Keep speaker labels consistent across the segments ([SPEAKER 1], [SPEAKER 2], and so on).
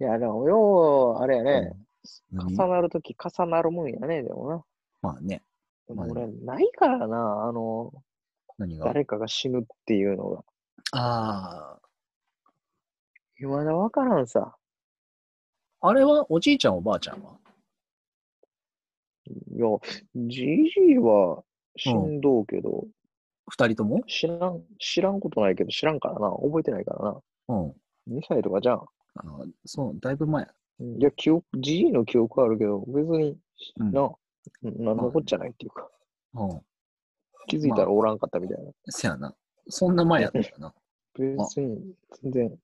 [SPEAKER 1] いや、でも、よう、あれやね、
[SPEAKER 2] うん
[SPEAKER 1] 重なるとき重なるもんやね、でもな。
[SPEAKER 2] まあね、
[SPEAKER 1] でも
[SPEAKER 2] まあ
[SPEAKER 1] 俺、ないからな、あの、
[SPEAKER 2] 何が。
[SPEAKER 1] 誰かが死ぬっていうのが。
[SPEAKER 2] あ
[SPEAKER 1] いまだわからんさ。
[SPEAKER 2] あ、あれはおじいちゃんおばあちゃんはい
[SPEAKER 1] や、じじいは死んどうけど、
[SPEAKER 2] 二人とも
[SPEAKER 1] 知らん、知らんことないけど、知らんからな、覚えてないからな。
[SPEAKER 2] うん。
[SPEAKER 1] 2歳とかじゃん。
[SPEAKER 2] あのそう、だいぶ前。
[SPEAKER 1] うんいや、記憶、じじいの記憶はあるけど、別に、
[SPEAKER 2] うん
[SPEAKER 1] な、なんのこっちゃないっていうか、
[SPEAKER 2] うん。
[SPEAKER 1] 気づいたらおらんかったみたいな。
[SPEAKER 2] せやな。そんな前やったよな。
[SPEAKER 1] 別に、全然、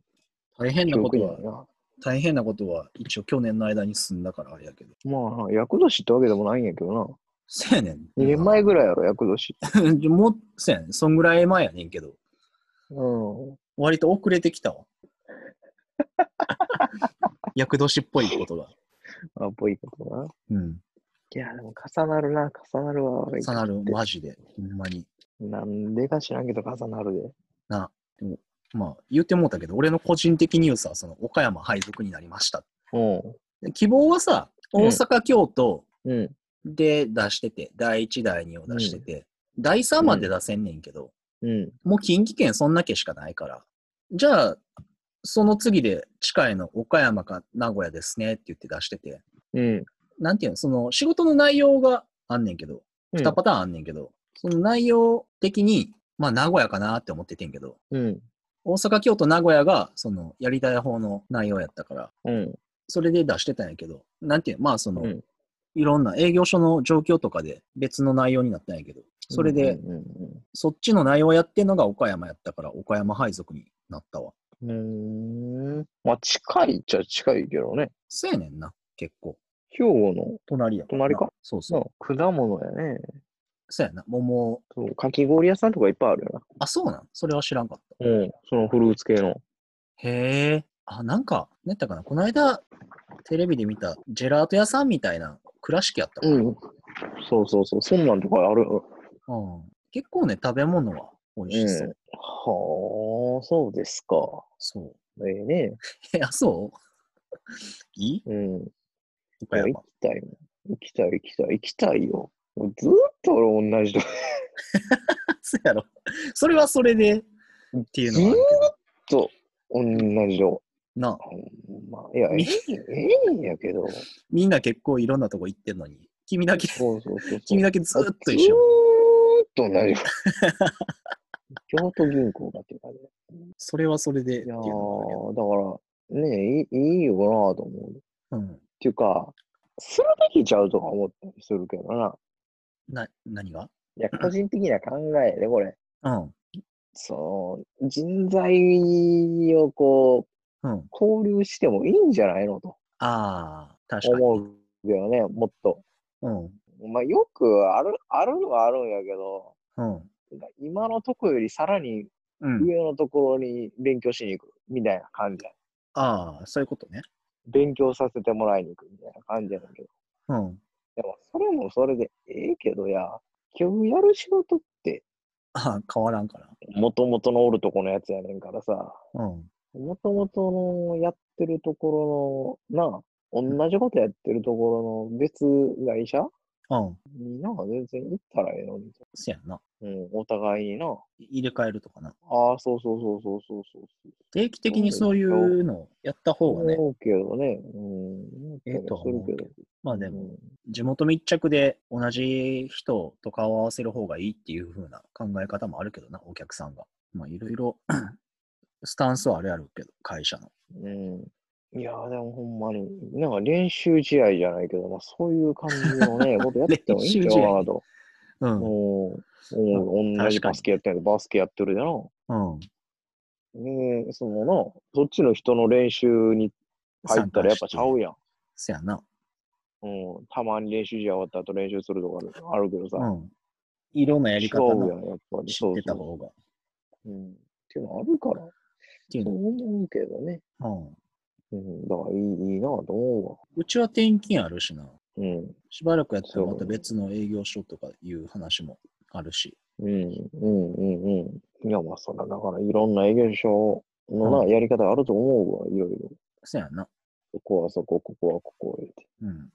[SPEAKER 2] 大変
[SPEAKER 1] 記
[SPEAKER 2] なこ
[SPEAKER 1] 憶
[SPEAKER 2] と
[SPEAKER 1] にな、
[SPEAKER 2] はい
[SPEAKER 1] な。
[SPEAKER 2] 大変なことは一応去年の間に進んだからあれやけど。
[SPEAKER 1] まあ、厄年ってわけでもないんやけど
[SPEAKER 2] せやねん。
[SPEAKER 1] な。2年 前ぐらいやろ、厄年。
[SPEAKER 2] 前もう、せやねん。そんぐらい前やねんけど。
[SPEAKER 1] うん。
[SPEAKER 2] 割と遅れてき たわ。厄年っぽいことが。
[SPEAKER 1] あ、ぽいことな。
[SPEAKER 2] うん。
[SPEAKER 1] いや、でも重なるな、重なるわ。俺
[SPEAKER 2] さなる、マジで。ほんまに。
[SPEAKER 1] なんでか知らんけど、重なるで。
[SPEAKER 2] まあ、言ってもうたけど、俺の個人的ニュースは、その、岡山配属になりました。
[SPEAKER 1] うん。
[SPEAKER 2] で希望はさ、
[SPEAKER 1] うん
[SPEAKER 2] 大阪、京都
[SPEAKER 1] うん。
[SPEAKER 2] で出してて、第1、第2を出してて、第3まで出せんねんけど、
[SPEAKER 1] うん。
[SPEAKER 2] もう近畿圏そんだけしかないから、じゃあ、その次で近いの岡山か名古屋ですねって言って出してて、
[SPEAKER 1] うん。
[SPEAKER 2] なんていうの、その仕事の内容があんねんけど、2パターンあんねんけど、その内容的に、まあ名古屋かなって思っててんけど、
[SPEAKER 1] うん。
[SPEAKER 2] 大阪、京都、名古屋が、その、やりたい方の内容やったから、
[SPEAKER 1] うん。
[SPEAKER 2] それで出してたんやけど、なんていうの、まあその、
[SPEAKER 1] うん
[SPEAKER 2] いろんな営業所の状況とかで別の内容になったんやけど、それで、
[SPEAKER 1] うん
[SPEAKER 2] そっちの内容やってんのが岡山やったから、岡山配属になったわ。
[SPEAKER 1] うんうん。うーん。まあ、近いっちゃ近いけどね。
[SPEAKER 2] せやねんな、結構。
[SPEAKER 1] 兵庫の
[SPEAKER 2] 隣やらな
[SPEAKER 1] 隣か
[SPEAKER 2] そうそう。
[SPEAKER 1] そう果物やね。
[SPEAKER 2] そうやな、桃。
[SPEAKER 1] そうかき氷屋さんとかいっぱいあるよ
[SPEAKER 2] あ、そうなんそれは知らんかった。
[SPEAKER 1] な。うん。そのフルーツ系の。
[SPEAKER 2] へえ。あ、なんか、何やったかなこの間、テレビで見た、ジェラート屋さんみたいな、倉敷やったから、
[SPEAKER 1] うん。そうそうそう。そんなんとかあるよ。
[SPEAKER 2] うん結構ね、食べ物は美味し
[SPEAKER 1] う
[SPEAKER 2] そう。
[SPEAKER 1] んはあ、そうですか。
[SPEAKER 2] そう。
[SPEAKER 1] ええね。
[SPEAKER 2] え、あ、そういい
[SPEAKER 1] うん。
[SPEAKER 2] 岡
[SPEAKER 1] いや
[SPEAKER 2] 山
[SPEAKER 1] 行。きたいもん。行きたい、行きたい、行きたいよ。もうずーっと俺同じとこ。
[SPEAKER 2] そうやろ。それはそれで、っていうのはある
[SPEAKER 1] 同じとこ。
[SPEAKER 2] けど。なあ、
[SPEAKER 1] ほんまあ、いや、え
[SPEAKER 2] み
[SPEAKER 1] えええんやけど。
[SPEAKER 2] みんな結構いろんなとこ行ってんのに、君だけ、
[SPEAKER 1] そうそうそうそう。
[SPEAKER 2] 君だけずーっと一緒。
[SPEAKER 1] ずーっと同 じとこ。京都銀行だっていう感じ。
[SPEAKER 2] それはそれで、って
[SPEAKER 1] い
[SPEAKER 2] いう
[SPEAKER 1] や
[SPEAKER 2] のはあるけど。
[SPEAKER 1] ーだから、ねえ、いいいいよなぁと思う。っ
[SPEAKER 2] うん。
[SPEAKER 1] ていうか、するべきちゃうとか思ったりするけどな。
[SPEAKER 2] な、何が
[SPEAKER 1] いや、個人的な考えで、これ。
[SPEAKER 2] うん。
[SPEAKER 1] その、人材をこ
[SPEAKER 2] うん。
[SPEAKER 1] う、交流してもいいんじゃないのと。
[SPEAKER 2] ああ、確かに。
[SPEAKER 1] 思うけどね、もっと。
[SPEAKER 2] うん。
[SPEAKER 1] まあ、よくある、あるのはあるんやけど、
[SPEAKER 2] うん。
[SPEAKER 1] 今のとこよりさらに
[SPEAKER 2] うん。
[SPEAKER 1] 上のところに勉強しに行くみたいな感じや。
[SPEAKER 2] ああ、そういうことね。
[SPEAKER 1] 勉強させてもらいに行くみたいな感じやねんけど。
[SPEAKER 2] うん。
[SPEAKER 1] でも、それもそれでええけどや、結局やる仕事って、
[SPEAKER 2] ああ、変わらんから。
[SPEAKER 1] もともとのおるとこのやつやねんからさ、
[SPEAKER 2] うん。
[SPEAKER 1] もともとのやってるところの、なあ、同じことやってるところの別会社
[SPEAKER 2] うん。
[SPEAKER 1] にな、全然行ったらええのに。
[SPEAKER 2] せやな。
[SPEAKER 1] うん、お互いにな。
[SPEAKER 2] 入れ替えるとかな。
[SPEAKER 1] ああ、そうそうそうそうそうそうそう。
[SPEAKER 2] 定期的にそういうのをやった方がね、
[SPEAKER 1] 思うけどね。うん。
[SPEAKER 2] ええとは思うけどまあでも、
[SPEAKER 1] も。
[SPEAKER 2] 地元密着で同じ人と顔を合わせる方がいいっていう風な考え方もあるけどな、お客さんが。まあいろい ろスタンスはあれやろうけど、会社の。
[SPEAKER 1] うん。いやーでもほんまに、なんか練習試合じゃないけど、まあそういう感じの ね、ことやってもいいんちゃうかなと。
[SPEAKER 2] うん。
[SPEAKER 1] もう、もう同じバスケやってる、バスケやってるでな。
[SPEAKER 2] うん。
[SPEAKER 1] ねえそのな、そっちの人の練習に入ったらやっぱちゃうやん。
[SPEAKER 2] せやな。
[SPEAKER 1] うん、たまに練習試合終わった後練習するとかあるけどさ、
[SPEAKER 2] うん。いろんなやり方
[SPEAKER 1] 勝負や
[SPEAKER 2] を
[SPEAKER 1] ん、やっぱり。
[SPEAKER 2] 知ってた方が。
[SPEAKER 1] そ
[SPEAKER 2] っ
[SPEAKER 1] うそううん。っていうのあるから、
[SPEAKER 2] ていう
[SPEAKER 1] そう
[SPEAKER 2] の。
[SPEAKER 1] 思うけどね。
[SPEAKER 2] うん。
[SPEAKER 1] うん、だからいいいいなと思
[SPEAKER 2] うちは転勤あるしな。
[SPEAKER 1] うわ。うん。
[SPEAKER 2] しばらくやったらまた別の営業所とかいう話もあるし。
[SPEAKER 1] うん、うん、うん、うん。いや、まあ、そら、だから、いろんな営業所のな、やり方あると思うわ、いろいろ。
[SPEAKER 2] そうやな。
[SPEAKER 1] ここはそこ、ここはここを入れて。
[SPEAKER 2] うん。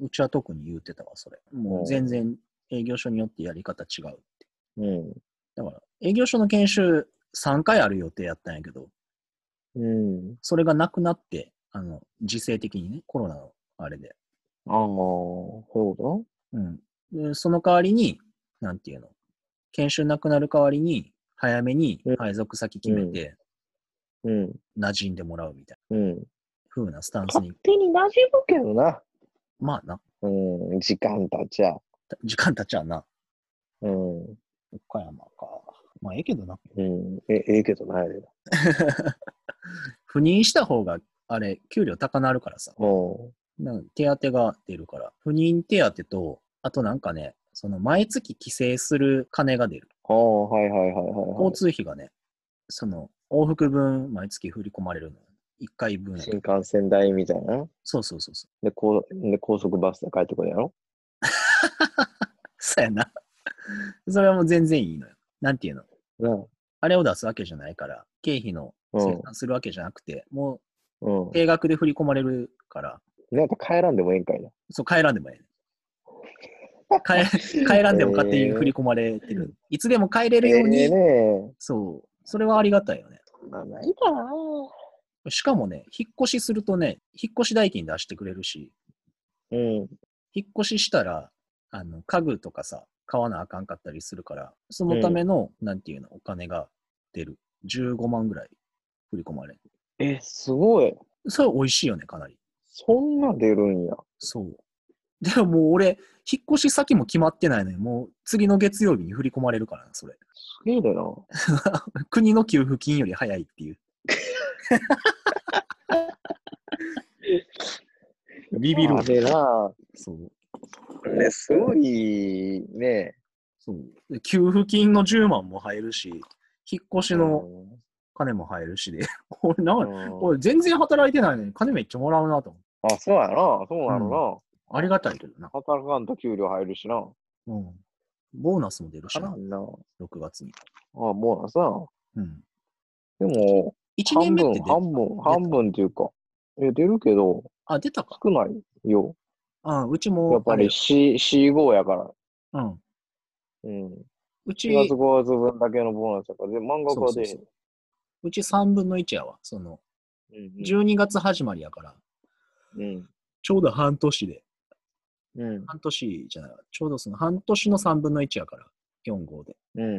[SPEAKER 2] うちは特に言うてたわ、それ。も
[SPEAKER 1] お
[SPEAKER 2] う
[SPEAKER 1] う
[SPEAKER 2] 全然営業所によってやり方違う。
[SPEAKER 1] うん。
[SPEAKER 2] だから、営業所の研修3回ある予定やったんやけど、
[SPEAKER 1] うん。
[SPEAKER 2] それがなくなって、あの、時勢的にね、コロナのあれで。
[SPEAKER 1] ああ、そういうこ
[SPEAKER 2] うん。でその代わりに、なんていうの、研修なくなる代わりに、早めに
[SPEAKER 1] うん
[SPEAKER 2] 配属先決めて、
[SPEAKER 1] とうん。
[SPEAKER 2] 馴染んでもらうみたいな
[SPEAKER 1] うん。
[SPEAKER 2] 風なスタンス
[SPEAKER 1] 勝
[SPEAKER 2] に、
[SPEAKER 1] 手に馴染むけどな。
[SPEAKER 2] まあな、
[SPEAKER 1] うん。時間経っちゃ
[SPEAKER 2] た時間経っちゃうな。
[SPEAKER 1] う。うん。
[SPEAKER 2] 岡山か。まあ、ええけどな。
[SPEAKER 1] うん。え、ええけどないでな。
[SPEAKER 2] 赴任した方が、あれ、給料高なるからさ。
[SPEAKER 1] うん。
[SPEAKER 2] なんか手当が出るから。赴任手当と、あとなんかね、その毎月帰省する金が出る。
[SPEAKER 1] ああ、はいはいはいはい、はい
[SPEAKER 2] 交。通費がね、その往復分毎月振り込まれるの。1回分やけ
[SPEAKER 1] 新
[SPEAKER 2] ど。
[SPEAKER 1] 幹線代みたいな。
[SPEAKER 2] そうそうそうそう。
[SPEAKER 1] で、高で高速バスで帰ってくるやろ
[SPEAKER 2] そうやな。 それはもう全然いいのよ。なんていうの
[SPEAKER 1] な
[SPEAKER 2] あれを出すわけじゃないから、経費の
[SPEAKER 1] あ
[SPEAKER 2] 生産するわけじゃなくて、
[SPEAKER 1] う
[SPEAKER 2] も
[SPEAKER 1] ん。うん
[SPEAKER 2] う。定額で振り込まれるから、
[SPEAKER 1] なんか帰らんでもええんかいな。
[SPEAKER 2] そう、帰らんでもええ ねん。帰帰らんでも勝手に振り込まれてる。いつでも帰れるように、
[SPEAKER 1] ええね
[SPEAKER 2] そう。それはありがたいよね。
[SPEAKER 1] まあ、ないかな。
[SPEAKER 2] しかもね、引っ越しするとね、引っ越し代金出してくれるし、
[SPEAKER 1] うん。
[SPEAKER 2] 引っ越ししたら、あの、家具とかさ、買わなあかんかったりするから、そのための、なんていうの、お金が出る。15万ぐらい振り込まれる。
[SPEAKER 1] え、すごい。
[SPEAKER 2] それ美味しいよね、かなり。
[SPEAKER 1] そんな出るんや。
[SPEAKER 2] そう。でももう俺、引っ越し先も決まってないのに、もう次の月曜日に振り込まれるからな、それ。
[SPEAKER 1] すげえでな。
[SPEAKER 2] 国の給付金より早いっていう。 ビビるわ
[SPEAKER 1] あ。れな。
[SPEAKER 2] そう。
[SPEAKER 1] ね、すごいね。
[SPEAKER 2] そうで給付金の10万も入るし、引っ越しの金も入るしで、 俺な
[SPEAKER 1] うん
[SPEAKER 2] か、
[SPEAKER 1] ん、
[SPEAKER 2] 俺全然働いてないのに金めっちゃもらうなと思って。
[SPEAKER 1] あ、そうやな。そうなの
[SPEAKER 2] ありがたいけどな。
[SPEAKER 1] な。働かんと給料入るしな。
[SPEAKER 2] うん。ボーナスも出るし
[SPEAKER 1] から
[SPEAKER 2] な、
[SPEAKER 1] んな。あ、
[SPEAKER 2] 6月に。
[SPEAKER 1] もうなさ。
[SPEAKER 2] うん。
[SPEAKER 1] でも、
[SPEAKER 2] 1
[SPEAKER 1] 半
[SPEAKER 2] 年目って
[SPEAKER 1] 分、
[SPEAKER 2] 出
[SPEAKER 1] 半
[SPEAKER 2] 出
[SPEAKER 1] 分、
[SPEAKER 2] た
[SPEAKER 1] 半分っていうか。え、出るけど、
[SPEAKER 2] あ、出たか。
[SPEAKER 1] 少ないよ。
[SPEAKER 2] あうち
[SPEAKER 1] や
[SPEAKER 2] も
[SPEAKER 1] っ、
[SPEAKER 2] あ
[SPEAKER 1] ぱ
[SPEAKER 2] れ
[SPEAKER 1] り C、C5 やから。
[SPEAKER 2] うん。
[SPEAKER 1] うん。
[SPEAKER 2] うち、
[SPEAKER 1] 4月5月分だけのボーナスやから、で、満額は出へ
[SPEAKER 2] そ
[SPEAKER 1] ん
[SPEAKER 2] う。うち3分の1やわ。その、
[SPEAKER 1] うん
[SPEAKER 2] 12月始まりやから、
[SPEAKER 1] うん。
[SPEAKER 2] ちょうど半年で、
[SPEAKER 1] うん。
[SPEAKER 2] 半年じゃないわ、ちょうどその半年の3分の1やから、4号で。
[SPEAKER 1] うん。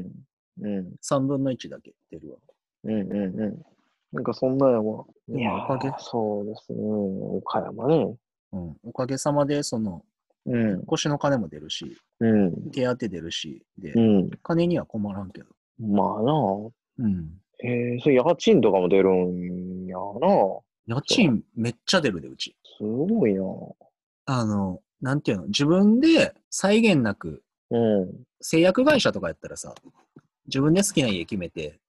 [SPEAKER 1] うん。
[SPEAKER 2] 3分の1だけ出るわ。
[SPEAKER 1] うん。うん。うん。なんかそんなんやわ。
[SPEAKER 2] でもおかげ
[SPEAKER 1] ーそうですね。岡山ね。
[SPEAKER 2] うん。おかげさまで、その、
[SPEAKER 1] うん。
[SPEAKER 2] 腰の金も出るし、
[SPEAKER 1] うん。
[SPEAKER 2] 手当出るし、で、
[SPEAKER 1] うん。
[SPEAKER 2] 金には困らんけど。
[SPEAKER 1] まあな。
[SPEAKER 2] うん。
[SPEAKER 1] えー、それ家賃とかも出るんやな。
[SPEAKER 2] 家賃めっちゃ出るで、うち。
[SPEAKER 1] すごいな。
[SPEAKER 2] あの、なんていうの、自分で際限なく、
[SPEAKER 1] うん。
[SPEAKER 2] 製薬会社とかやったらさ、自分で好きな家決めて、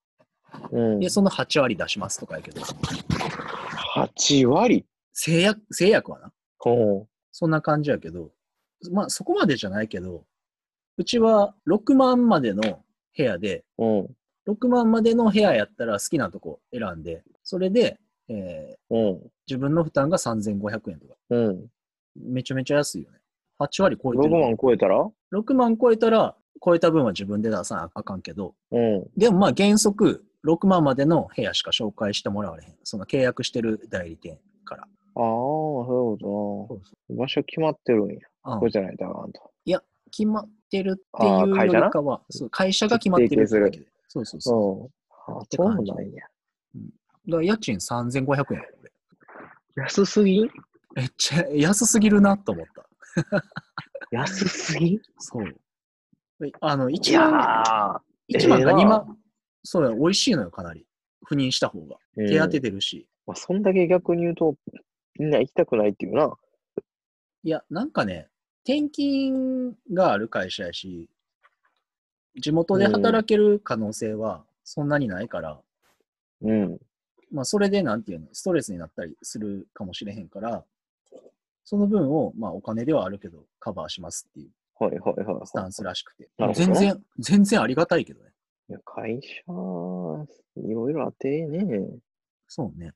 [SPEAKER 1] うん。
[SPEAKER 2] で、その8割出しますとかやけど、
[SPEAKER 1] 8割
[SPEAKER 2] 製薬、製薬はな、
[SPEAKER 1] うん。
[SPEAKER 2] そんな感じやけど、まあそこまでじゃないけど、うちは6万までの部屋で、
[SPEAKER 1] うん。
[SPEAKER 2] 6万までの部屋やったら好きなとこ選んで、それで、えー
[SPEAKER 1] うん。
[SPEAKER 2] 自分の負担が3500円とか。
[SPEAKER 1] うん。
[SPEAKER 2] めちゃめちゃ安いよね。8割超え
[SPEAKER 1] 6
[SPEAKER 2] てる。
[SPEAKER 1] 万超えたら
[SPEAKER 2] 6万超えたら、超えた分は自分で出さなあかんけど、
[SPEAKER 1] うん。
[SPEAKER 2] でもまあ原則6万までの部屋しか紹介してもらわれへん。その契約してる代理店から。
[SPEAKER 1] ああ、そういうこ
[SPEAKER 2] そう
[SPEAKER 1] とな。場所決まってるんや。
[SPEAKER 2] あ
[SPEAKER 1] これじゃないとあかんと。
[SPEAKER 2] 決まってるっていうより
[SPEAKER 1] あー会社
[SPEAKER 2] かは、そう会社が決まってるってだけで。そうそうそう。
[SPEAKER 1] うん。あ、そうなんや。
[SPEAKER 2] だから家賃3500円やこれ。
[SPEAKER 1] 安すぎ
[SPEAKER 2] めっちゃ安すぎるなと思った。
[SPEAKER 1] 安すぎ
[SPEAKER 2] そう。えあの、
[SPEAKER 1] い
[SPEAKER 2] 1
[SPEAKER 1] や
[SPEAKER 2] 万、
[SPEAKER 1] ー
[SPEAKER 2] 一万か
[SPEAKER 1] ええな
[SPEAKER 2] 2万。そうや、美味しいのよ、かなり。赴任した方が。
[SPEAKER 1] うん
[SPEAKER 2] 手当て出るし。
[SPEAKER 1] まあ、そんだけ逆に言うと、みんな行きたくないっていうな。
[SPEAKER 2] いや、なんかね、転勤がある会社やし、地元で働ける可能性はそんなにないから、
[SPEAKER 1] うん。
[SPEAKER 2] まあ、それでなんていうの、ストレスになったりするかもしれへんから、その分を、まあ、お金ではあるけど、カバーしますっていう
[SPEAKER 1] はいはいはい、はい
[SPEAKER 2] スタンスらしくて
[SPEAKER 1] なる。ほど
[SPEAKER 2] 全
[SPEAKER 1] ね
[SPEAKER 2] 然、全然ありがたいけどね。
[SPEAKER 1] いや会社、いろいろあってええね。
[SPEAKER 2] そうね。